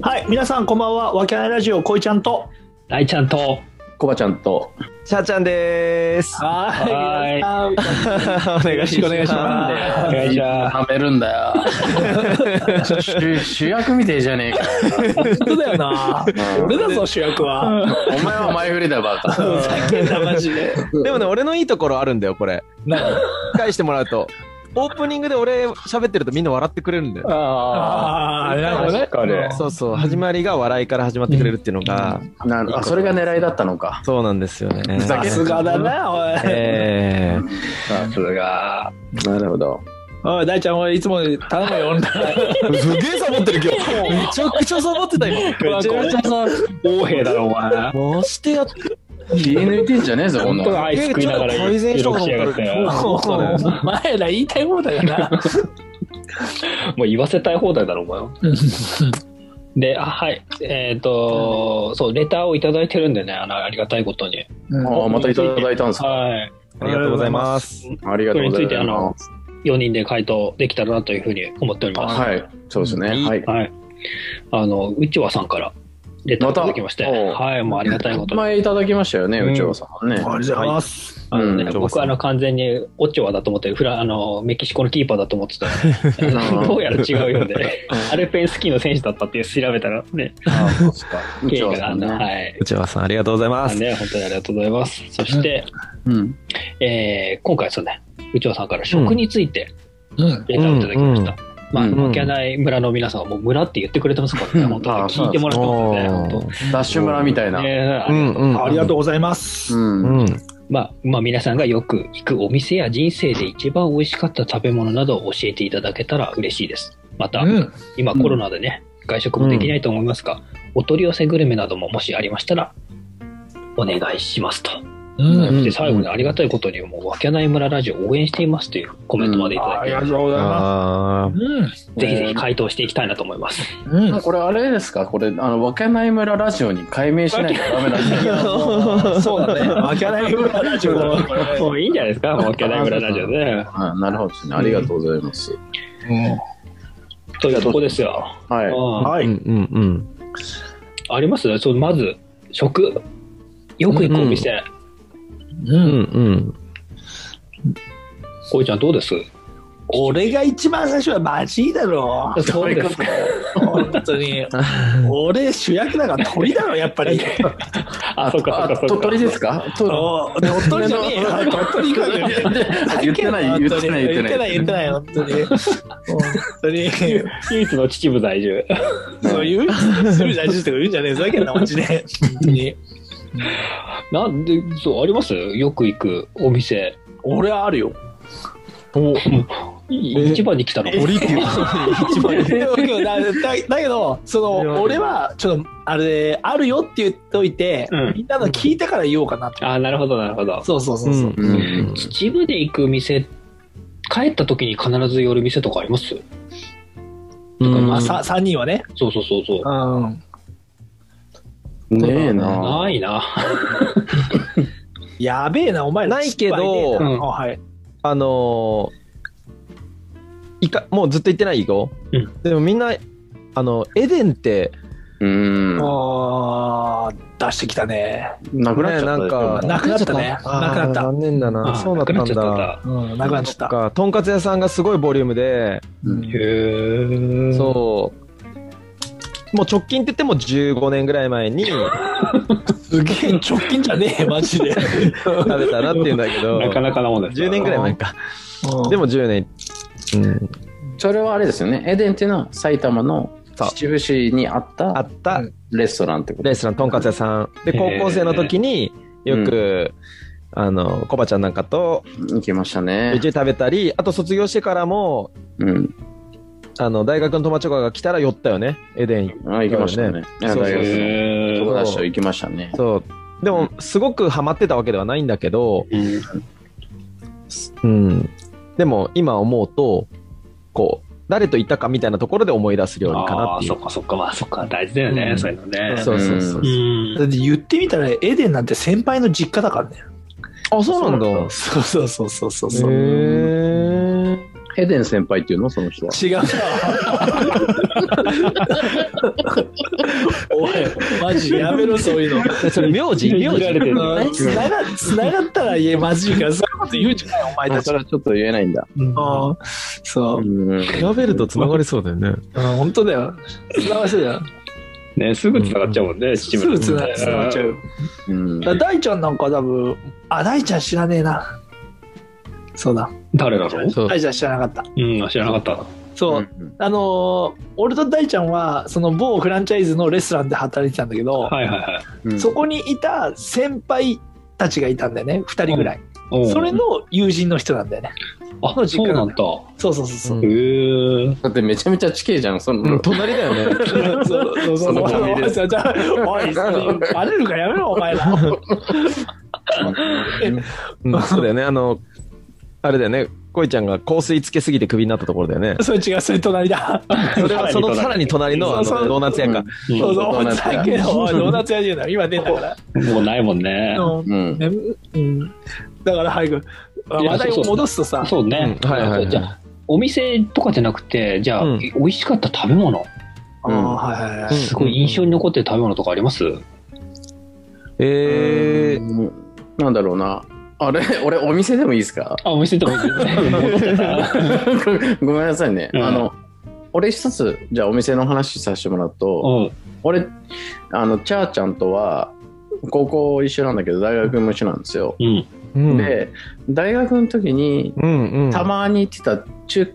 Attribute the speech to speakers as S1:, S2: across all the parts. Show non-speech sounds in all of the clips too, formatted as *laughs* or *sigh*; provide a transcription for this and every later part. S1: はい、皆さんこんばんは。わけないラジオ、こいちゃんと。
S2: 大ちゃんと、
S3: コバちゃんと
S4: シャーちゃんです。
S2: はい
S1: はい皆さん。
S4: お願いします。
S1: よろしくお願いしま
S2: お願いします。
S3: はめるんだよ主主役みてえじゃねえか
S1: 本当だよ
S2: *laughs*
S1: な。俺だぞ、主役は。
S3: お前は前振りだよバカ
S1: ふざけんな、マジで。
S4: でもね、俺のいいところあるんだよ、これ。返してもらうと。オープニングで俺喋ってるとみんな笑ってくれるんだよ。
S2: あ
S1: ああ、なるほどね。
S2: 確かに
S4: そうそう、始まりが笑いから始まってくれるっていうのが、
S3: なるあそれが狙いだったのか
S4: そうなんですよね。
S3: ふ
S1: さ
S3: ざけんな
S1: すがだな、おい。
S4: え
S3: さすがなるほど
S1: おい、大ちゃん、おい、いつも頼むよ、オンライン。
S4: ー、すげえサボってる今日。めちゃくちゃサボってた今。
S1: めちゃめちゃさ、横兵だろ、お前。
S4: 回してやって。
S3: 気抜いてんじゃねえぞこん
S2: 本
S3: な
S2: 当
S3: の
S2: のアイス食いながら
S4: 改善した
S2: 録
S4: と
S2: しや
S4: 思
S2: がっ
S4: った
S2: た
S4: ら
S2: よ。
S4: 今日そうだよ
S1: お前ら言いたい放題だな。
S2: もう言わせたい放題だろ、お前は。 *laughs* で、あ、はい。えっ、と、そう、レターをいただいてるんでね、あのありがたいことに。
S3: ああまたいただいたんですか
S2: はい。
S4: ありがとうございます。
S3: ありがとうござ
S2: これ
S3: い
S2: についてあの
S3: ます
S2: 4人で回答できたらなというふうに思っており
S3: あ
S2: ます。
S3: はいそうですね
S4: いい
S3: はい
S2: はい。あの、うちわさんからレターいただきまして、
S3: またおう
S2: はい、もうありがたいことに。
S3: 前いただきましたよね
S4: うん
S3: 内尾さんはね
S1: ありがとうございます。
S2: あのね
S3: うん
S2: 僕はあの完全にオチョアだと思ってフラあのメキシコのキーパーだと思ってたら
S3: うん
S2: どうやら違うようでアルペンスキーの選手だったっていう調べたらね
S3: あ
S2: *laughs*
S3: そうっすか
S2: 経
S3: 内
S2: 緯
S3: 尾
S2: が
S3: さ
S2: あ
S3: ん
S2: の
S3: ね
S2: はい
S4: 内山さん、ありがとうございま
S2: あ
S4: す。
S2: ね本当にありがとうございますそして、
S3: うん
S2: えー今回そうね内尾さんから食について
S1: うん。
S2: データをいただきました、まあ、
S3: うん
S2: 負けない村の皆さんはもう村って言ってくれてますからね、
S3: うん
S2: 本当
S3: あ
S2: に
S3: あ
S2: 聞いてもらってますね、
S4: おー
S2: 本
S3: ダッシュ村みたい
S2: 当。
S3: な
S2: ねえあ
S4: う
S2: りが
S4: ん
S2: とう
S4: うん。
S1: ありがとうございます。
S3: うん
S4: うん。
S2: まあ、まあ皆さんがよく行くお店や人生で一番美味しかった食べ物などを教えていただけたら嬉しいです。また、
S1: うん。
S2: 今コロナでね、外食もできないと思いますが、お取り寄せグルメなどももしありましたら、お願いしますと。
S1: うん。
S2: で、最後にありがたいことに、もう、わけない村ラジオ応援していますというコメントまでいただ
S1: あ
S2: い
S1: り
S2: て、
S1: がとうございま
S4: あ
S1: す。うん。
S2: ぜひぜひ回答していきたいなと思います。
S1: うん。
S3: これあれですかこれ、あの、わけない村ラジオに解明しないとダメなんですよ。
S1: そうだね。負けないぐらいラジオだなこれ
S2: もういいんじゃないですか、わけない村ラジオね。
S3: うんなるほど *laughs* ですね。ありがとうございます。
S2: というとこですよ。
S3: はい。
S2: うん
S1: は
S4: あ。うん
S1: い。
S4: うんうん。
S2: ありますそうまず、食。よく行くお店。
S1: う
S4: う
S1: ん。
S4: んうん。
S2: こいちゃんどうです
S1: 俺が一番最初はマジだろ。
S2: そうですか。
S1: 本当 *laughs* に。俺主役だから鳥だろ、やっぱり。
S2: あ、そうか、そうか、そうか。
S3: 鳥ですかと
S1: お鳥取じゃねえよ。鳥か
S3: 言ってない、言ってない、言ってない。
S1: 言ってない、本当に。本当に。
S2: 唯一の秩父在住。
S1: そういう、そういう大事とか言うんじゃねえ、ふざけんな、マジで。本当に。
S2: なんで、そう、ありますよく行くお店。
S1: 俺はあるよ。
S4: お、
S2: い一番に来たの。
S4: 鳥っていう。
S1: 一番だだだけど、その、俺は、ちょっと、あれ、あるよって言っといて、
S2: うん
S1: みんなの聞いたから言おうかなって。
S2: *laughs* あ、なるほど、なるほど。
S1: そうそうそうそう。
S3: うんうん
S2: 秩父で行く店、帰った時に必ず寄る店とかあります
S4: うん
S1: まあ、さ3人はね。
S2: そうそうそうそう。
S1: うん。
S3: ねえな。
S2: ないな。
S1: やべえな、お前ら
S4: ないけど
S1: 失敗ね
S2: うん
S1: あはい。
S4: あのーいかもうずっと言ってないよ、
S2: うん
S4: でもみんなあのエデンって
S3: うん。
S1: あー出してきたね。
S3: なくなっちゃったでしょ。
S4: ね
S1: なくなったね
S4: あー
S1: なくなった
S4: 残念だな
S2: あ
S4: そうだった
S2: なんくなっちゃったん
S4: だ
S2: だ。
S1: うん、なくなっちゃっ。
S4: そったかとんかつ屋さんがすごいボリュームで、
S3: うん
S2: へー。
S4: そうもう直近って言っても15年ぐらい前に食
S1: すげえ直近じゃねえ、マジで。
S4: べたなっていうんだけど
S2: なかなかなもんです。
S4: 10年ぐらい前かで
S1: でも、
S4: も10年うん
S3: それはあれですよね。エデンっていうのは埼玉の
S4: そう
S3: 秩父市にあっ
S4: あ
S3: た
S4: った
S3: レストランってこと
S4: レストランとんかつ屋さんで
S2: へ
S4: 高
S2: ー
S4: 校生の時によく、あのコバちゃんなんかと
S3: 行きましたね
S4: 一緒。に食べたりあと卒業してからも
S3: うん。
S4: あの大学の友達とかが来たら寄ったよねエデン
S3: あ、行きましたね。いや
S4: そう
S3: 大学
S4: そう
S3: の
S2: へー
S3: 友達と行きましたね。
S4: そうでもすごくハマってたわけではないんだけど、
S2: うん
S4: うん、でも今思うとこう誰と行ったかみたいなところで思い出す料理かな
S2: あ
S4: っ
S2: あー、
S4: てい
S2: そっかそっか、まあそっか、大事だよね、
S4: うん
S2: そういうのね。
S4: うそうそうそう
S2: うん
S1: だって言ってみたら、エデンなんて先輩の実家だからね。
S4: あそうなんだ
S1: そうそうそうそうそう
S4: へ
S1: そう。
S4: ー
S3: エデン先輩っていうのその人は。
S1: 違うな。おい、マジやめろ、そういうの。
S4: それ名字名
S2: いじられて
S4: 字
S2: る
S1: つながつながったら、いえ、マジか、そういうこと言うんじゃない、お前
S3: あ
S1: た
S3: そ
S1: ち。
S3: れはちょっと言えないんだ。
S4: うん
S1: うんそうう、
S3: ん。
S4: 調べると繋がりそうだよね。
S1: うん、本当だよ。つながせだよ。
S2: ね、すぐ繋がっちゃうもんね、
S1: す
S2: 七村
S1: ぐつなつながっちゃう。
S3: うん
S1: だから大ちゃんなんか多分、あ、大ちゃん知らねえな。そうだ。
S2: 誰なの
S4: そう
S1: 大ちゃん知らなかった。
S2: うん、知らなかっ
S1: そう、あのー俺と大ちゃんは、その某フランチャイズのレストランで働いてたんだけど、
S2: た。はいはいはい。
S3: うん
S1: そこにいた先輩たちがいたんだよね、2人ぐらい。
S2: おう
S1: それの友人の人なんだよね。
S2: あ、そうなんだ。
S1: そうそうそうそう。
S4: うん
S2: へえ。
S3: だってめちゃめちゃ地形じゃん、その。
S4: うん隣だよね。
S1: そうそうそう。
S3: そのゴミで
S1: そうそうおい、バレるからやめろ、お前ら。
S4: うん *laughs* そうだよね。あの、あれだよね。恋ちゃんが香水つけすぎてクビになったところだよね。
S1: それ違う、それ隣だ。
S4: *laughs* それはそのさらに隣のあ
S1: そうそ
S4: の
S1: う
S4: ドーナツ屋か。
S2: うん
S1: そうそう、
S3: ド
S1: お
S3: ーナ
S1: 前
S3: ツ屋
S1: だけど、おいドーナツ屋で言うな。今出たから。
S2: もうないもんね。
S1: うん
S3: うん。
S1: ねうんだから早く、
S2: いや
S1: 話題を戻すとさ、
S2: そうね。
S4: うんはいはいはい
S2: じゃあお店とかじゃなくて、じゃあ、
S4: うん
S2: 美味しかった食べ物、
S1: あーはいはいはい。
S2: すごい印象に残ってる食べ物とかあります、
S4: えー、
S3: うんなんだろうな。あれ、俺、お店でもいいですか *laughs*
S2: あ、お店とかいいです
S4: *laughs*
S2: ね
S3: ごめんなさいね。
S2: うん
S3: あの、俺一つ、じゃあお店の話させてもらう
S2: う
S3: と、
S2: ん。
S3: 俺、あの、チャーちゃんとは、高校一緒なんだけど、大学も一緒なんですよ。
S2: うん。
S4: うん、
S3: で、大学の時に、
S4: うんうん、
S3: たまに行ってた中、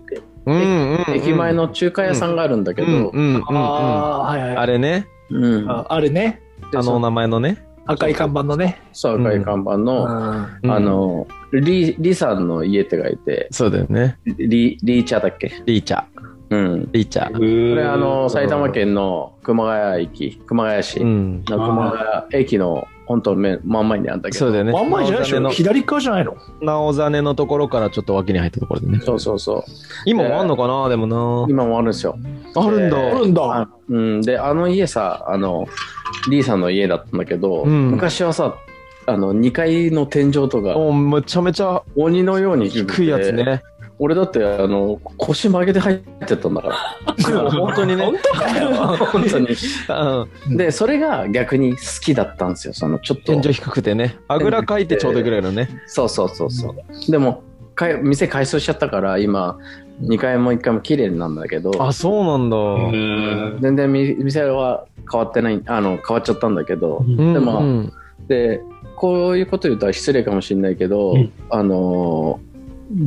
S4: うんうんうん
S3: 駅前の中華屋さんがあるんだけ
S4: うんうん
S3: ど、
S4: うんう
S1: あ
S4: ん
S1: あ、はいはい。
S4: あれね、
S3: うん。
S1: ああれね、
S3: で
S4: あのお
S3: そ
S4: 名前のね、
S1: 赤い看板のね。
S3: そう、赤い看板
S1: う
S3: の、
S1: ん
S4: うん
S3: あの、リ、リさんの家って書いて、
S4: そうだよね、
S3: リ、リーチャーだっけ
S4: リーチャー、
S3: うん。
S4: リーチャー。
S2: こ
S3: これあの埼玉県の熊谷駅熊谷市
S4: う
S3: の
S4: ん、
S3: 熊谷駅の本当め真ん前にあるんだけ
S4: そう
S3: ど
S4: だよね。
S1: 真ん前じゃないでしょ
S4: なおざね
S1: 左側じゃないの
S4: のなおざねのところからちょっと脇に入ったところでね。
S3: そうそうそう
S4: 今もあんのかな、でも
S3: 今もあるんですよ
S4: な。あるんだ。
S1: あるんだ。
S3: あうんであの家さあのリーさんの家だったんだけど、
S4: うん
S3: 昔はさあの2階の天井とか
S4: もうめちゃめちゃ
S3: 鬼のように
S4: 低いやつね。
S3: 俺だってあの腰曲げて入ってったんだから
S4: *laughs*
S3: 本当にね
S1: 本当かよ。
S3: 本当に
S4: うん
S3: でそれが逆に好きだったんですよそのちょっと
S4: 天井低くてね。あぐらかいてちょうどいいぐらいのね。
S3: そうそうそうそう。でも、かい店改装しちゃったから、今、2階も1階も綺麗なんだけど、
S4: あ、そうなんだ。う
S3: 全然み店は変わってない、あの、変わっちゃったんだけど、
S4: ん
S3: でも
S4: うん
S3: で、こういうこと言うと失礼かもしれないけど、
S2: うん
S3: あのー、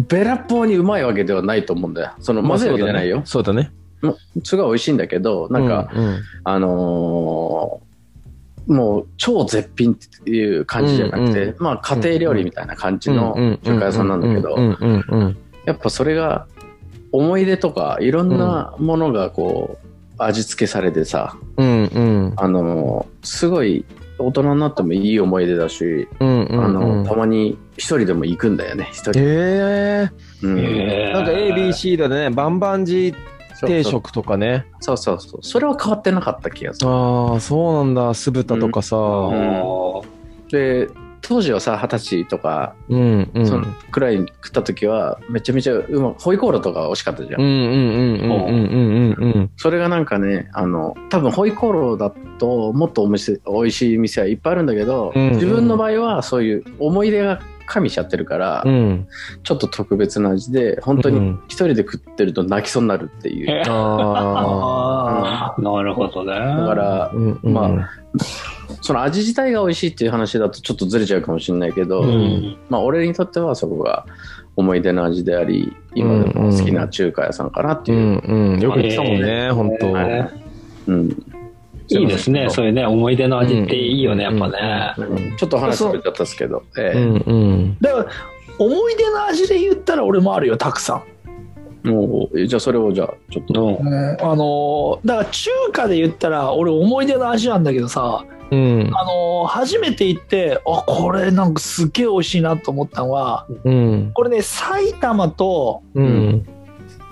S3: べらぼうにうまいわけではないと思うんだよ。その、まずいわけじゃないよ。
S4: そうだね。
S3: すごい美味しいんだけど、なんか、
S4: う、うん
S3: あのーもう超絶品っていう感じじゃなくて、
S4: うん
S3: まあ家庭料理みたいな感じの中華屋さんなんだけど、
S4: うんうんうんうん
S3: やっぱそれが思い出とかいろんなものがこう、味付けされてさ、
S4: うんうん
S3: あのすごい大人になってもいい思い出だし、
S4: うんうん
S3: あ
S4: う
S3: の
S4: ん
S3: たまに一人でも行くんだよね一人、
S4: え
S3: うん
S4: えなんか ABC だねバンバンジ定
S3: そう
S4: 食とかね
S3: そうそうそうそれは変わってなかった気がする
S4: ああそうなんだ酢豚とかさ
S2: あ
S4: う
S2: ー
S3: で当時はさ二十歳とか
S4: んうん
S3: そのくらいに食った時はめちゃめちゃうまいホイコーローとか美味しかったじゃん、
S4: うんうんうんうんうんうんうん
S3: それがなんかねあの多分ホイコーローだともっとお店美味しい店はいっぱいあるんだけど、
S4: うんうん
S3: 自分の場合はそういう思い出が加味しちゃってるから、
S4: うん
S3: ちょっと特別な味で本当に一人で食ってると泣きそうになるっていう、
S2: え
S4: あ
S1: あ
S2: なるほどね。だ
S3: だか、
S4: あ
S3: ら
S4: うんうん
S3: *laughs* まあその味自体が美味しいっていう話だとちょっとずれちゃうかもしれないけど、
S2: うん。
S3: まあ俺にとってはそこが思い出の味であり今でも好きな中華屋さんかなって
S4: う
S3: いう、うん
S4: んうんよく来たもんね本当
S2: ねいいですね、そういうね、思い出の味っていいよね、や
S4: う
S2: っ
S4: ん
S2: ぱね。
S3: うんちょっと話それちゃったんですけど、え
S4: う
S3: え
S4: んうん
S1: だから、思い出の味で言ったら俺もあるよ、たくさん。
S3: もうじゃあそれをじゃあちょっと
S2: うん
S1: うんあのーだから中華で言ったら俺思い出の味なんだけどさ、
S4: うん
S1: あのー初めて行ってあこれなんかすげえ美味しいなと思ったのは
S4: うん
S1: これね埼玉と
S4: うん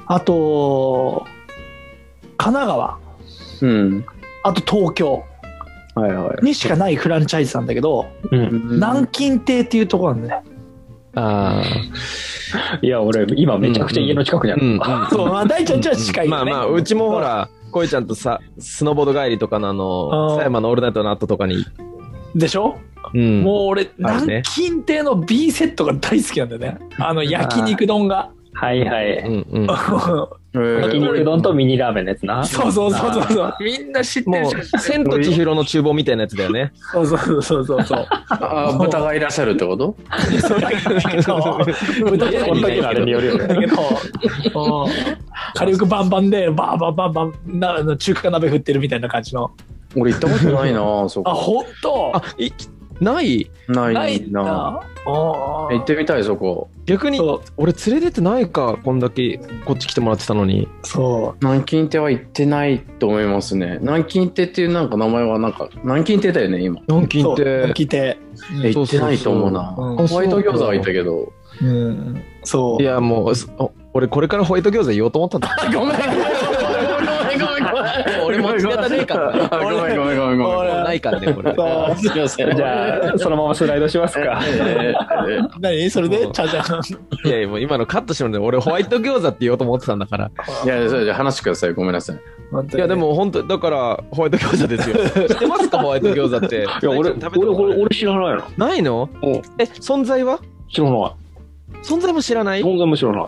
S1: あと神奈川
S3: うん
S1: あと東京
S3: はいはい。
S1: にしかないフランチャイズなんだけど、
S2: うん
S1: 南京亭っていうところなんだよね
S4: あ
S2: いや、俺、今めちゃくちゃ家の近くにあ
S4: あ、
S2: る。
S4: うん、
S1: そう、まあ、大ちゃんちは近いよ
S4: まあ
S1: ね。
S4: まあ、うちもほら、こいちゃんとさ、スノーボード帰りとかのあ
S1: あー
S4: の、狭山のオールナイトの後とかに、
S1: でしょ
S4: うん。
S1: もう俺、
S4: あるね
S1: 南京亭の B セットが大好きなんだよね。あの、焼肉丼が。
S2: はいはい。
S4: んうん
S2: 焼肉丼とミニラーメンのやつな。
S1: そうそうそうそうそう。みんな知ってる
S4: も
S1: じゃん。
S4: う、千と千尋の厨房みたいなやつだよね。
S1: そうそうそうそうそう。
S3: ああ豚がいらっしゃるってこと
S1: そうだけど、豚
S2: こんだけのあれによるよ
S1: だ
S2: ね。
S1: けど、うん火力バンバンで、バーバンバンバンなあの、中華鍋振ってるみたいな感じの。
S3: 俺行ったことないなそ
S1: あ、
S3: こ
S1: ほんと
S4: あ、い、ない
S3: な
S1: ない
S3: い
S1: んだ。
S3: な
S1: うん
S3: 行ってみたいそこ
S4: 逆に、
S1: そう
S4: 俺連れてってないか、こんだけこっち来てもらってたのに。
S1: そ
S3: 南京亭は行ってないと思いますね南京亭っていうなんか名前はなんか南京亭だよね今
S4: 南
S1: う。
S4: 京って。
S1: 聞いて。
S3: え行ってないと思うな
S1: うん
S3: ホワイト餃子は行ったけど
S1: うん。そう。
S4: いや、もう、すお俺これからホワイト餃子言おうと思ったんだ。
S3: ごめんごめんごめんごめん
S4: 俺持ち方ねえからね
S3: あごめんごめんごめん
S4: *laughs*
S3: ごめん
S1: 俺
S4: *laughs* ないからね、これ。
S1: そう
S3: すいません
S2: じゃあ、そのままスライドしますか。
S3: えー
S1: 何それで
S4: そう
S1: チャジャン。
S4: いやいや、もう今のカットしてもらって、俺ホワイト餃子って言おうと思ってたんだ *laughs* から。
S3: いやそれじゃあ話してくださいごめんなさい
S1: 本当に
S4: いや、でも本当、だから、ホワイト餃子ですよ。 *laughs* 知ってますか、ホワイト餃子 *laughs* って。い
S2: いや、俺、俺、俺、俺知らないの。
S4: ないの
S2: うん
S4: え、存在は
S2: 知らない。
S4: 存在も知らない
S2: 存在も知らない。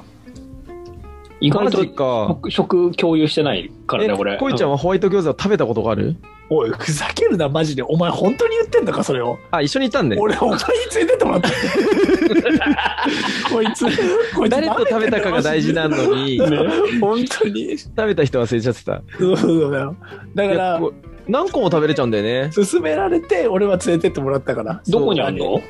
S2: 意外
S4: マジか。
S2: と、食共有してないからね、俺。
S4: えこいちゃんはホワイト餃子を食べたことがある
S1: おい、ふざけるな、マジで。お前、本当に言ってんのか、それを。
S4: あ、一緒にいたんで。
S1: 俺、お前についてって
S4: *laughs*
S1: もらって。こいつ、こいつ、
S4: 誰と食べたかが大事なのに、
S1: ね
S4: 食 *laughs*
S1: 本当に。
S4: べた人忘れちゃってた。
S1: そうそうだよ。だか
S4: いや
S1: ら、
S4: こう何個も食べれちゃうんだよね。
S1: 勧められて、俺は連れてってもらったから。
S2: どこにあんの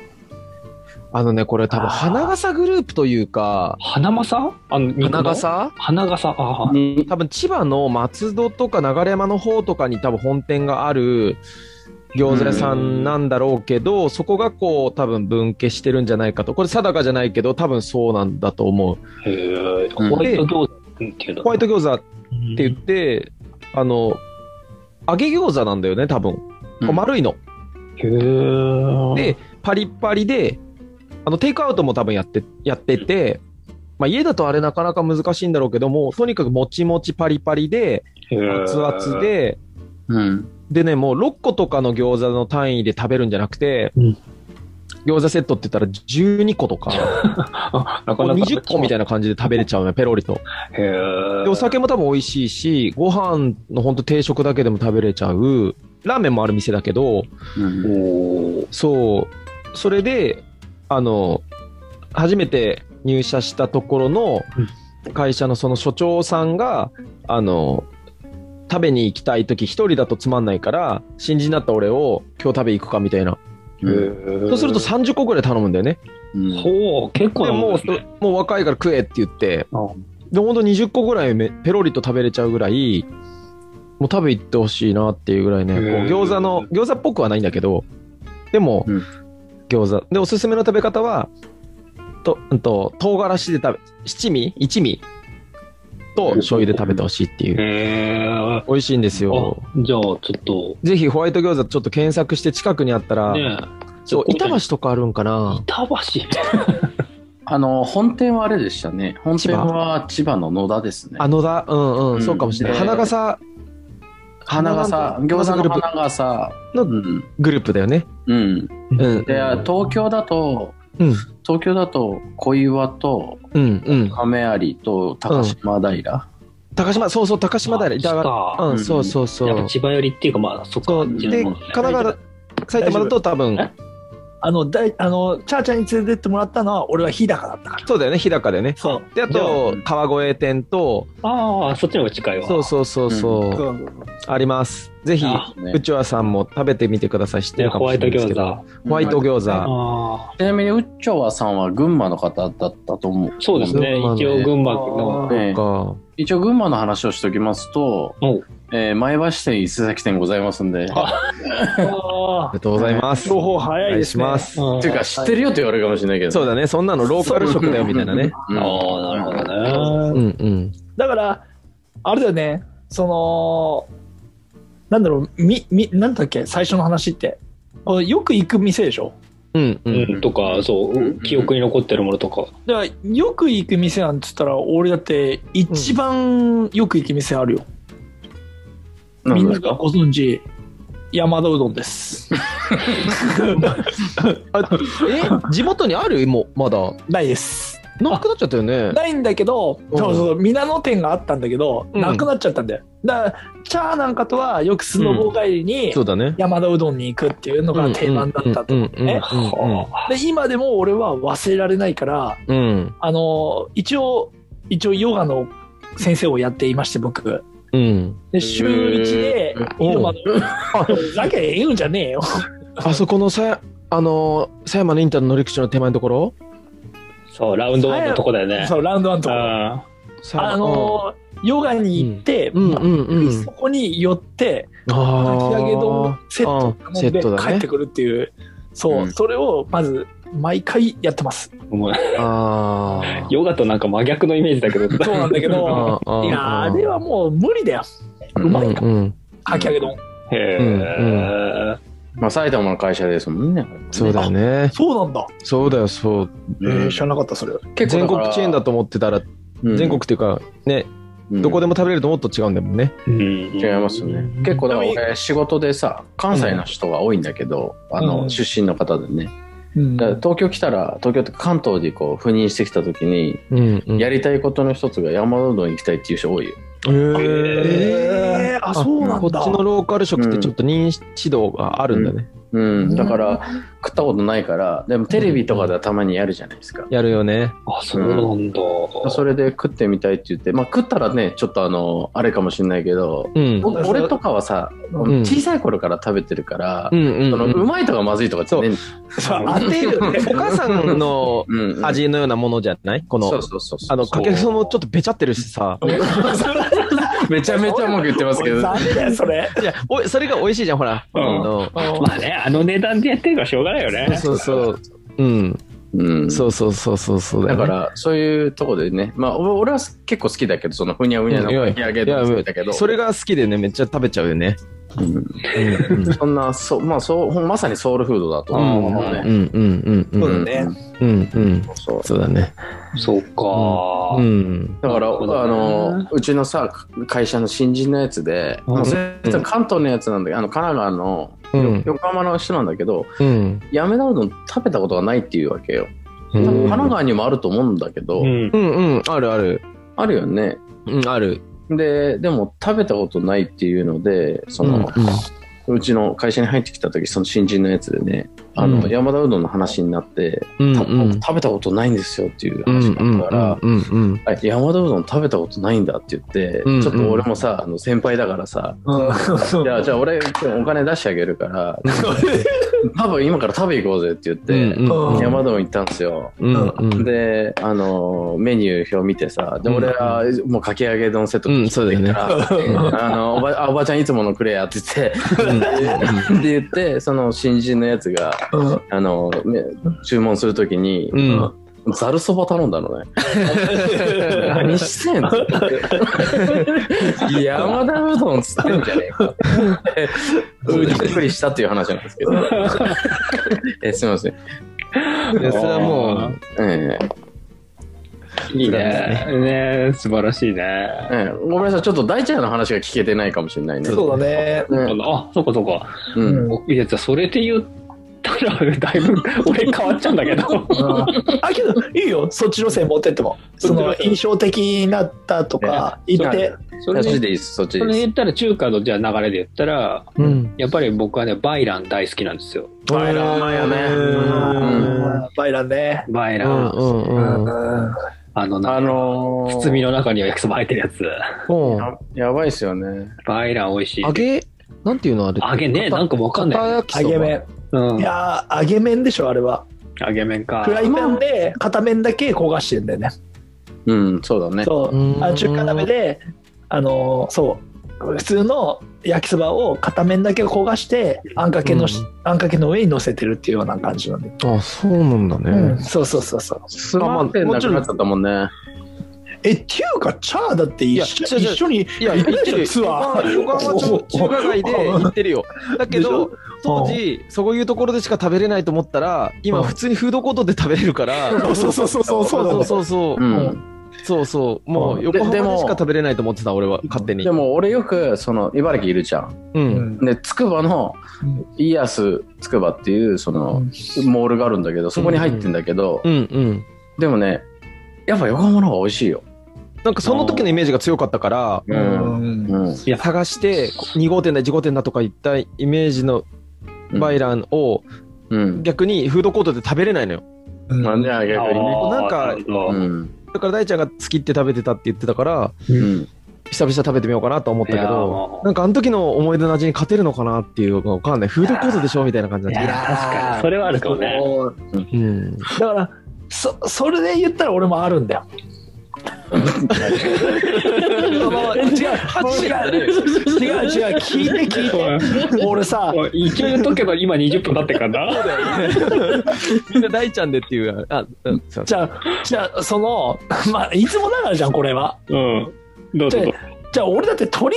S4: あのね、これ多分、花笠グループというか、
S2: 花笠あの、肉の
S4: 花笠
S2: 花笠、ああ。
S4: 多分、千葉の松戸とか流山の方とかに多分本店がある餃子屋さんなんだろうけど、そこがこう、多分分家してるんじゃないかと。これ定かじゃないけど、多分そうなんだと思う。
S2: へえ、ホワイト餃子っていうの
S4: ホワイト餃子
S2: っ
S4: って言って、あの、揚げ餃子なんだよね、多分。こう丸いの。
S2: へー
S4: で、パリッパリで、あの、テイクアウトも多分やって、やってて、まあ家だとあれなかなか難しいんだろうけども、とにかくもちもちパリパリで、
S2: へー
S4: 熱々で、
S3: うん
S4: でね、もう6個とかの餃子の単位で食べるんじゃなくて、
S2: うん
S4: 餃子セットって言ったら12個
S2: *laughs*
S4: とか、
S2: あなかなか
S4: 20個みたいな感じで食べれちゃうね、ペロリと。
S2: へー
S4: でお酒も多分美味しいしご飯のほんと定食だけでも食べれちゃうラーメンもある店だけど
S3: うん
S2: おー
S4: そうそれであの初めて入社したところの会社のその所長さんがあの食べに行きたい時一人だとつまんないから新人だった俺を今日食べ行くかみたいなそうすると30個ぐらい頼むんだよね
S3: うん
S2: ほう結構
S4: で
S2: な
S4: も
S2: もん
S4: う
S2: ですね
S4: もう若いから食えって言って
S2: あ
S4: でほんと20個ぐらいめペロリと食べれちゃうぐらいもう食べ行ってほしいなっていうぐらいね
S2: へ
S4: こう
S2: ー
S4: 餃子の餃子っぽくはないんだけどでも、
S3: うん
S4: 餃子でおすすめの食べ方はとうんと唐辛子で食べ七味一味と醤油で食べてほしいっていう
S2: へー
S4: 美味しいんです
S2: あ
S4: よ
S2: じゃあちょっと
S4: ぜひホワイト餃子ちょっと検索して近くにあったら、
S2: ね
S4: そう板橋とかあるんかな
S2: 板橋
S3: あの本店はあれでしたね本
S4: 千
S3: 店
S4: 葉
S3: は千葉の野田ですね
S4: あ野田うんうん、
S3: うん
S4: そうかもしれない
S3: で
S4: 花笠
S3: 花笠
S4: 花
S3: 餃
S4: 笠
S3: 子の
S4: グループ
S3: 花笠
S4: の
S3: うん
S4: グループだよね
S3: うん
S4: う
S3: で
S4: ん
S3: 東京だと
S4: うん
S3: 東京だと小岩と
S4: うんうん
S3: 亀有と高島平、
S4: 高島そうそう高島平
S2: あ
S4: だ
S2: そっか
S4: うんそうそうそ
S2: やっぱ
S4: う
S2: 千葉寄りっていうかまあそ
S4: そ
S2: こ
S4: うで神奈川だ埼玉だと多分
S2: え
S1: あの、だいあの、チャーちゃんに連れてってもらったのは、俺は日高だったから。
S4: そうだよね日高でね
S1: そう。
S4: であと川越店と
S2: ああそっちの方が近いわ
S4: そうそうそうそう
S1: そう
S4: ありますぜひ
S2: あ
S3: ね
S4: うちわさんも食べてみてください知って
S2: ね
S4: るか
S2: ホ
S4: も
S2: ワ
S4: し
S2: イト
S4: れない
S2: 餃子
S4: ですけど
S2: あ
S4: ホワイト餃子
S2: あ
S3: ちなみにウッチョワさんは群馬の方だったと思う
S2: そうですね
S4: 群馬の
S1: あ
S2: 一応群馬の
S1: ー
S3: ええ
S4: か
S3: 一応群馬の話をしておきますと
S2: おう、
S3: えー前橋店伊勢崎店ございますんで
S4: ありがとうございます
S1: 情報早いですね
S4: お願いします
S2: うん
S3: *laughs* っていうか知ってるよって言われるかもしれないけど
S4: そうだねそんなのローカル食だよみたいなね
S3: うん
S2: ああなるほ
S1: う
S2: どね
S1: ん
S4: うんうん
S1: だから、あれだよね、その、なんだろう、み、み、なんだっけ、最初の話って。こうよく行く店でしょ
S4: うんう
S2: うんん、とか、そう、
S3: うん
S2: 記憶に残ってるものとか。
S1: だからよく行く店なんて言ったら俺だって一番よく行く店あるよ、みんながご存知山田うどんです
S4: あえ地元にあるもうまだ
S1: ないです
S4: なくなっちゃったよね
S1: ないんだけど、
S4: うん
S1: そうそう皆野店があったんだけど、
S4: うん
S1: なくなっちゃったんだよだからチャーなんかとはよくスノボ帰りに
S4: そうだね
S1: 山田うどんに行くっていうのが定番だったと
S4: うんうん
S1: ね
S4: うん
S1: で今でも俺は忘れられないから
S4: うんうん
S1: あの一応一応ヨガの先生をやっていまして僕
S4: うん
S1: で週1で
S4: へー
S1: 入間のふざけ言うんじゃねえよ
S4: あそこのさやあのー狭山のインターの乗り口の手前のところ
S2: そう、ラウンドワンのとこだよね。
S1: そうラウンドワンとか
S2: あ
S4: 狭山
S1: あのヨガに行って、
S4: うんうんうん
S1: そこに寄ってか
S4: あ
S1: き揚げ丼セット
S4: トセ
S1: 飲んで
S4: ットだ
S1: 帰
S4: ね
S1: ってくるっていうそう、
S3: うん
S1: それをまず毎回やってます
S2: ーもう
S4: あー
S2: ヨガとなんか真逆のイメージだけど。
S1: そうなんだけど
S4: あー
S1: いやあれはもう無理だようまいか
S4: うんうん
S1: かき揚げ丼
S2: へえ。
S3: まあ、埼玉の会社ですもんね。
S4: そうだよね
S1: そうなんだ、
S4: そうだよそう
S1: えー知らなかったそれ
S3: 結構
S4: 全
S3: だから
S4: 国チェーンだと思ってたら全国っていうかねどこ
S3: で
S4: でも食べれるともっと違うんだもんね
S2: うん
S3: 違いますよね。結構だから俺仕事でさ関西の人が多いんだけど、あ
S1: う
S3: の
S1: ん
S3: 出身の方で
S1: う
S3: ね。
S1: ん
S3: だから東京来たら東京って関東にこう赴任してきた時に
S4: うんうん
S3: やりたいことの一つが山うどん行きたいっていう人多いよ。
S4: へー
S1: えー、あそうなんだ
S4: こっちのローカル食ってちょっと認知度があるんだね、
S3: うん、だから食ったことないからでもテレビとかではたまにやるじゃないですか。
S4: やるよね
S2: あ、そうなんだ。
S3: それで食ってみたいって言って、まあ、食ったらねちょっとあのあれかもしれないけど、
S4: うん
S3: 僕俺とかはさ、
S4: うん
S3: 小さい頃から食べてるから、
S4: う
S3: うん
S4: うん
S3: その
S4: *laughs*
S3: うまいとかまずいとかってね、
S1: そう当てるよね
S3: *laughs*
S4: お母さんの
S3: うんうん
S4: 味のようなものじゃないこ
S3: そう
S4: の
S3: そうそうそう
S4: あのかけそもちょっとべちゃってるしさ
S3: めちゃめちゃ文句言ってますけど
S1: ダメだよそれ
S4: いやおいそれが美味しいじゃんほら、
S2: うん
S4: あの
S2: *laughs* まあね、あの値段でやってるからしょうがないよね。
S4: そうそううん、
S3: うん
S4: そうそうそうそうそう
S3: だ
S4: よね
S3: からそういうとこでねまあお俺は結構好きだけどそのふにゃふにゃの
S4: うんいや
S3: かき揚げ
S4: いや
S3: とか好きだけど
S4: それが好きでねめっちゃ食べちゃうよね
S3: うん
S4: うん
S3: そんなそうまあそうほんまさにソウルフードだと思う
S4: う
S3: ね
S4: んうんうんうん
S1: そうだね
S4: うんうん
S3: そう
S4: そうだね
S2: そうか
S4: う。ん
S3: だから、
S2: なるほど
S3: あ
S2: ね
S3: のうちのさ会社の新人のやつで、もう全然関東のやつなんだけどあの神奈川の、
S4: うん
S3: 横浜の人なんだけど
S4: うん
S3: やめなうどん食べたことがないっていうわけよ多
S4: う
S3: 分神
S4: ん
S3: 奈川にもあると思うんだけ
S2: う
S3: ど、
S2: ん。
S4: うんうんあるある
S3: あるよね
S4: うんある
S3: ででも食べたことないっていうのでそ
S4: うんうん
S3: の、うちの会社に入ってきた時その新人のやつでねあの、
S4: うん
S3: 山田うどんの話になって、
S4: うん
S3: た
S4: うん
S3: 食べたことないんですよっていう
S4: うんう
S3: 話
S4: ん
S3: になったから、
S4: うんうん
S3: あ山田うどん食べたことないんだって言って、
S4: うん
S3: ちょっと俺もさあの先輩だからさ、じゃあじゃあ俺今日お金出してあげる
S4: *laughs*
S3: から多分今から食べ行こうぜって言って、
S4: うんうん
S1: いや
S3: 山田うどん行ったんですよ、
S4: うんうん
S3: であのメニュー表見てさで俺はもうかき揚げ丼セット
S4: うんそうだよね
S3: からあのおばあおばちゃんいつものくれやって言ってで言ってその新人のやつが
S1: うん
S3: あの、ね、注文するときに
S4: うんうん
S3: ざるそば頼んだのね何してんの山田うどんっつってんじゃねえかうんびっくりしたっていう話なんですけどえすみません、
S4: いやそれはもう
S3: ええ
S2: いいね。ね素晴らしいね。
S3: ええごめんなさいちょっと大ちゃんの話が聞けてないかもしれないね
S1: そうだね
S3: ね
S2: あ、そうかそうか。
S3: うん
S2: いや、じゃあそれで言ったら、だいぶ *laughs* 俺変わっちゃうんだけど。
S1: あけどいいよそっち路線持ってってもその印象的になったとか言って
S2: *laughs* それ
S3: そっ
S2: で
S3: ちでいいですそっち
S2: そ
S3: で
S2: れ
S3: い
S2: で
S3: いです
S2: 言ったら、中華のじゃあ流れで言ったら、
S4: うん
S2: やっぱり僕はね、バイラン大好きなんですよ。
S1: バイラン
S3: 前よね
S1: うんバイランね
S2: バイ
S4: う
S2: ラン。
S4: ん
S1: う
S4: うんうん
S1: ん
S2: あの、
S3: あ
S2: な
S3: のー
S2: 包みの中には焼きそば入ってるやつ。
S4: うん
S3: ややばいっすよね
S2: バイラン美味しい。
S4: 揚げなんていうのあれ
S2: 揚げね、
S4: 片
S2: なんかわかんない。
S4: 片焼きそ
S1: 揚
S4: ば
S1: げ麺
S2: うん
S1: い。やー揚げ麺でしょあれは
S2: 揚げ麺か
S1: フ。ライパンで片面だけ焦がしてんだよね
S3: うんそうだね
S1: そう
S4: うん
S1: あ中華鍋であのーそう普通の焼きそばを片面だけ焦がしてあんかけのし、
S4: うん
S1: あんかけの上に乗せてるっていうような感じなんで、
S4: あそうなんだ
S1: うん
S4: ね
S1: そうそうそうそう
S3: スマートなくなっちゃったもんね
S1: え、っていうか、チャーだって一緒
S4: いや違う違う
S1: 一緒に
S4: いや、
S1: 行
S4: 行
S1: っ
S4: っ
S1: る
S4: ててる
S1: よ
S4: よ。
S1: ツアー
S4: 横浜横浜ちょ中華街で行ってるよ。だけど
S1: で、
S4: 当時、そういうところでしか食べれないと思ったら、
S1: う
S4: 今、
S1: ん
S4: 普通にフードコートで食べれるから、
S1: そうそうそうそうそうだね
S4: そうそう
S3: う
S4: そう。
S1: うん
S3: ん
S4: そうそう。も
S1: うん
S4: う、横浜
S3: で
S4: で
S3: でも
S4: しか食べれないと思ってた、俺は、勝手に。
S3: で、も俺よくその茨城いるじゃん。
S4: うん。
S3: で筑波の
S1: うん
S3: イアス筑波っていうそのモールがあるんだけどそこに入ってんだけど、
S4: うんうん。
S3: でもねやっぱ横浜の方が美味しいよ。
S4: なんか、その時のイメージが強かったから、
S1: う
S3: うん
S1: ん。
S3: うん
S4: 探して、2号店だ、1号店だとか言ったイメージのバイランを、
S3: うん。
S4: 逆にフードコートで食べれないのよ。
S1: うん
S3: まあね逆にね。
S4: なんか
S3: うん。
S4: だから、大ちゃんが好きって食べてたって言ってたから、
S3: うん。
S4: 久々食べてみようかなと思ったけ
S2: いやー
S4: ど
S2: もう
S4: なんかあの時の思い出の味に勝てるのかなっていうのがわかんないフードコートでしょみたいな感じに
S2: い
S4: なっ
S2: やー確かにそれはあるかもね
S1: そう
S4: てうん
S1: だから、そ、それで言ったら俺もあるんだよ。え違う、違う、違う、違う、聞いて聞いて。俺さ、
S2: もう勢いで解けば今20分経ってるからな
S1: *laughs*
S4: みんな大ちゃんでっていうあ、うん、すいませ
S1: じゃあ、じゃあ、その、まあ、いつもながらじゃん、これは。
S2: うんどうぞどうぞ
S1: じゃあ、俺だって鳥、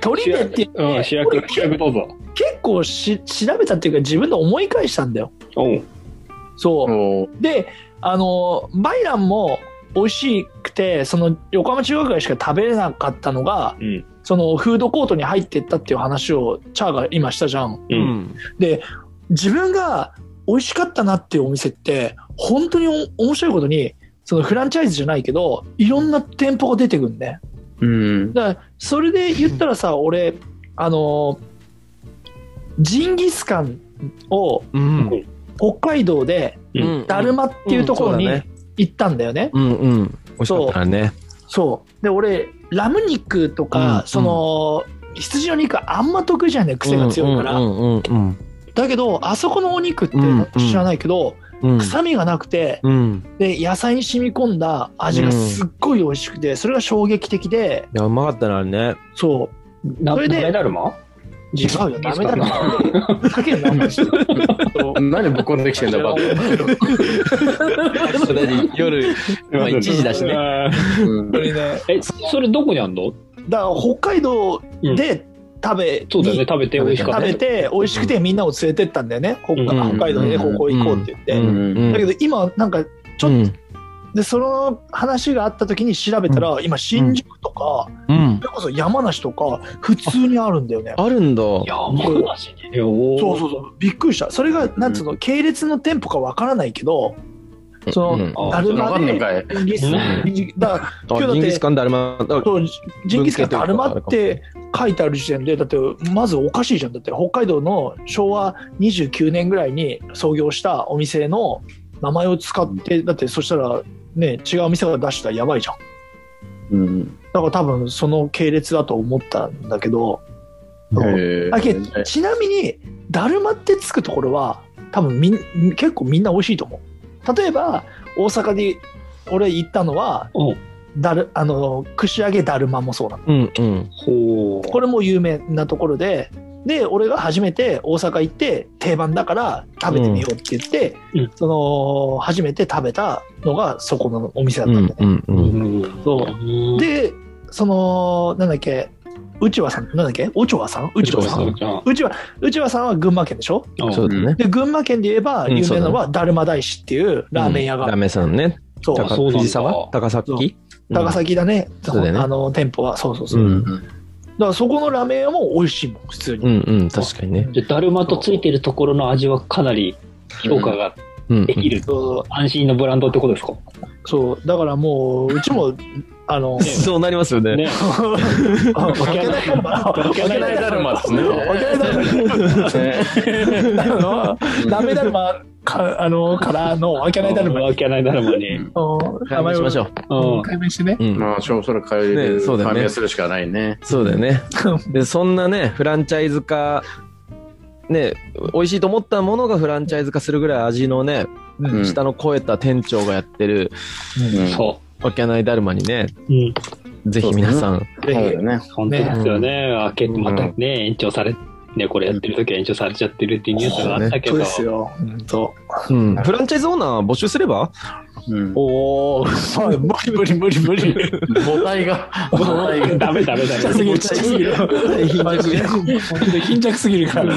S1: 鳥でっていう、
S2: うん主
S1: 俺
S2: 役主役どうぞ
S1: 結構し調べたっていうか、自分で思い返したんだよ。
S2: おう
S1: そう。
S3: おー
S1: であのバイランも美味しくてその横浜中華街しか食べれなかったのが
S2: うん
S1: そのフードコートに入ってったっていう話をチャーが今したじゃん
S4: ん
S2: う
S4: うんん
S1: 自分が美味しかったなっていうお店って本当にお面白いことにそのフランチャイズじゃないけどいろんな店舗が出てくるんで
S3: うん。
S1: だからそれで言ったらさ俺あのジンギスカンを
S4: うん
S1: 北海道で
S4: うん
S1: だるまっていうところに
S4: うんそうだ
S1: 行ったんだよね
S4: うんうん美味しかったからね
S1: そうで俺ラム肉とか、
S4: うん
S1: その、羊の肉あんま得意じゃない癖が強いから、
S4: うんうんうん
S1: だけどあそこのお肉って
S4: うん
S1: 知らないけど、
S4: うんうん
S1: 臭みがなくて
S4: うん
S1: で野菜に染み込んだ味がすっごい美味しくてそれが衝撃的で
S4: いやうまかったなあれね
S1: そう
S2: な
S1: それで
S2: ダメだるま
S1: 違うよダメだなかけるなお前
S3: 何ぶっこんできてんだバカ。
S4: 夜まあ1時だしね
S2: ね
S3: うん
S1: 本当にね
S2: えそれどこにあんの
S1: だから北海道で食べ、
S2: そうだよね食べて美味し
S1: 食
S2: かった
S1: べ
S2: ね
S1: て美味しくてみんなを連れてったんだよね北,、
S2: うん
S1: 北海道でここ行こうって言って、
S3: うん
S1: だけど今なんかちょっと
S4: っ
S1: でその話があった時に調べたら、今新宿とか、
S4: とうん
S1: それこそ山梨とか普通にあるんだよね
S4: あるんだ
S2: 山梨によ
S1: そうそうそうびっくりしたそれがなんつうの、系列の店舗かわからないけどその、
S4: うん
S1: だ
S2: あ
S1: る
S3: わ
S1: ま
S3: かんねえか
S1: で
S3: い。
S1: ジンギスだから今日だっ
S4: あ
S1: て
S4: ジンギスカンだるまだ
S1: そうジンギスカンだるまっ
S4: 文系とい
S1: て書いてある時点でだってまずおかしいじゃんだって北海道の昭和29年ぐらいに創業したお店の名前を使ってだってそしたらね違うお店が出したらやばいじゃん
S3: うん。
S1: だから多分その系列だと思ったんだけど、
S3: へ
S1: だけ
S3: ー
S1: ちなみにだるまってつくところは多分みん結構みんな美味しいと思う例えば大阪で俺行ったのは
S2: おう
S1: だるあの串揚げだるまもそうなの
S4: うんうん
S2: ほう
S1: これも有名なところでで俺が初めて大阪行って定番だから食べてみようって言って、
S2: うんうん
S1: その初めて食べたのがそこのお店だったんだよね、
S4: んう
S2: うん
S1: そう
S2: うん
S1: でそのなんだっけうちわさんなんだっけおちょわさんうちわさ
S4: うちわさ
S1: ん
S4: ん
S2: じゃあ
S1: うちわうちわさんは群馬県でしょ
S2: うん
S4: そうだね
S1: で群馬県で言えば
S4: うん
S1: 有名なのはだるま大師っていうラーメン屋が、
S4: うんラーメン屋さんね
S1: そう
S2: だ
S4: 高
S2: そうなん
S4: 藤沢高
S1: そう
S4: 崎
S1: 高崎だね,、
S4: そうだよね
S1: あの店舗はそうそうそう、
S4: うん
S1: だからそこのラーメン屋も美味しいもん普通に、
S4: うんうん確かにね
S2: でだるまとついてるところの味はかなり評価が
S4: うんうん
S2: できる
S1: そうそう
S2: 安心のブランドってことですか
S1: そうだからもううち
S4: *laughs*
S1: もあの
S4: そうなりますよね
S2: ね
S1: あわけないだるまわけないだるま
S3: ですね
S1: わけないだるまあのラメだるまかあのからのわけないだるま
S2: わけないだるまに
S3: うん
S1: の
S4: 解明しましょう
S2: うん
S1: 解明してね
S4: うん
S3: まあ、しょそれ変える、
S4: ねそうだよね
S3: 解明するしかないね。
S4: そうだ
S2: *laughs*
S4: よねでそんなねフランチャイズ化ね美味しいと思ったものがフランチャイズ化するぐらい味のね、
S1: うん
S4: 下の超えた店長がやってる
S3: うんそ
S2: そ
S4: わけないだるまにね
S2: ううん
S4: ぜひ皆さん
S3: うだよね。
S2: 本当ですよね開けてまたね延長されね、これやってる時は延長されちゃってるっていうニュースがあったけ
S1: そう
S2: ど、
S1: ですよ。本当。
S4: うん、フランチャイズオーナー募集すれば
S2: うん
S1: お
S4: *laughs*
S1: お、無理無理無理無理。
S3: 母体が、母体が。
S2: *laughs* ダメダメダ
S1: 貧弱すぎ
S2: メ。
S1: る。貧弱すぎるから。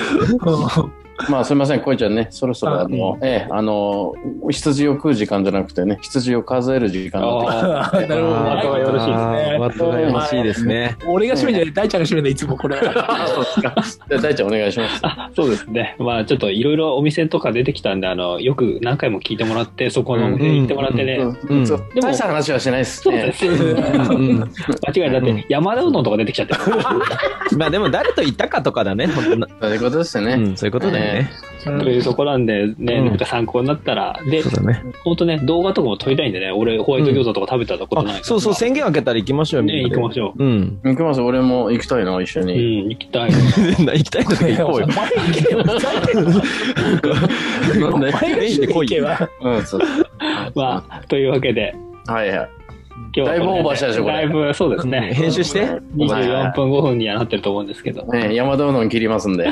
S3: まあすみません、こいちゃんね、そろそろあの、ええ、あの、羊を食う時間じゃなくてね、羊を数える時間になってき
S2: あ
S1: なるほど。
S2: ー
S1: 仲がよろしいです
S4: あー
S1: ね。
S4: ワットがよろしいですね。
S1: 俺が締めじゃない、大ちゃんが締めでいつもこれ。
S3: た。そうですか。じゃあ大ちゃんお願いします。
S2: あそうですね。まあちょっといろいろお店とか出てきたんで、あの、よく何回も聞いてもらって、そこのお店行ってもらってね。
S3: うんそう大した話はしないです
S2: そう
S3: ね
S2: で。 *laughs* すね。
S4: う
S2: 間
S4: ん
S2: 違いないだって、山田うどんとか出てきちゃってる。
S4: まあでも誰と行ったかとかだね、本当な
S3: そういうことですよね。
S4: うん、そういうことだよね。
S2: というところなんで、ね、
S4: うん
S2: なんか参考になったら。で
S4: そ、うだね。
S2: 本当ね、動画とかも撮りたいんでね、俺、ホワイト餃子とか食べたことないから、
S4: あそうそう、宣言開けたら行きましょうよ、
S2: ね、
S4: みん
S2: 行
S4: な
S2: きまし
S4: で
S2: ょ
S4: うん。
S3: 行きます、俺も行きたいな、一緒
S2: う。う
S3: に。
S2: ん、行きたい。
S4: 行きたいので行こうよ。
S2: *laughs*
S3: なんで
S1: ば。
S3: *laughs* うん、そう。
S2: まあ、というわけで、
S3: はいはい。
S2: 今日はこの辺。
S3: だいぶオーバーしたでしょこれ
S2: だいぶ、そうですね。
S4: 編集して。
S2: 24分5分にはなってると思うんですけど。
S3: ね、山田うどん切りますんで。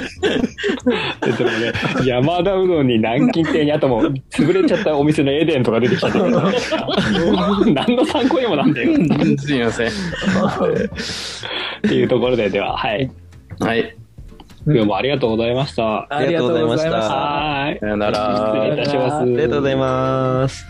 S2: ででもね、山田うどんに南京店に、あともう、潰れちゃったお店のエデンとか出てきちゃったけど何の参考にもなんだよ。
S3: すいません。
S2: っていうところで、では、はい。
S3: はい。
S2: 今日もありがとうございました。
S1: ありがとうございました。
S2: はーい。
S3: さよなら。
S2: 失礼いたします。
S4: ありがとうございます。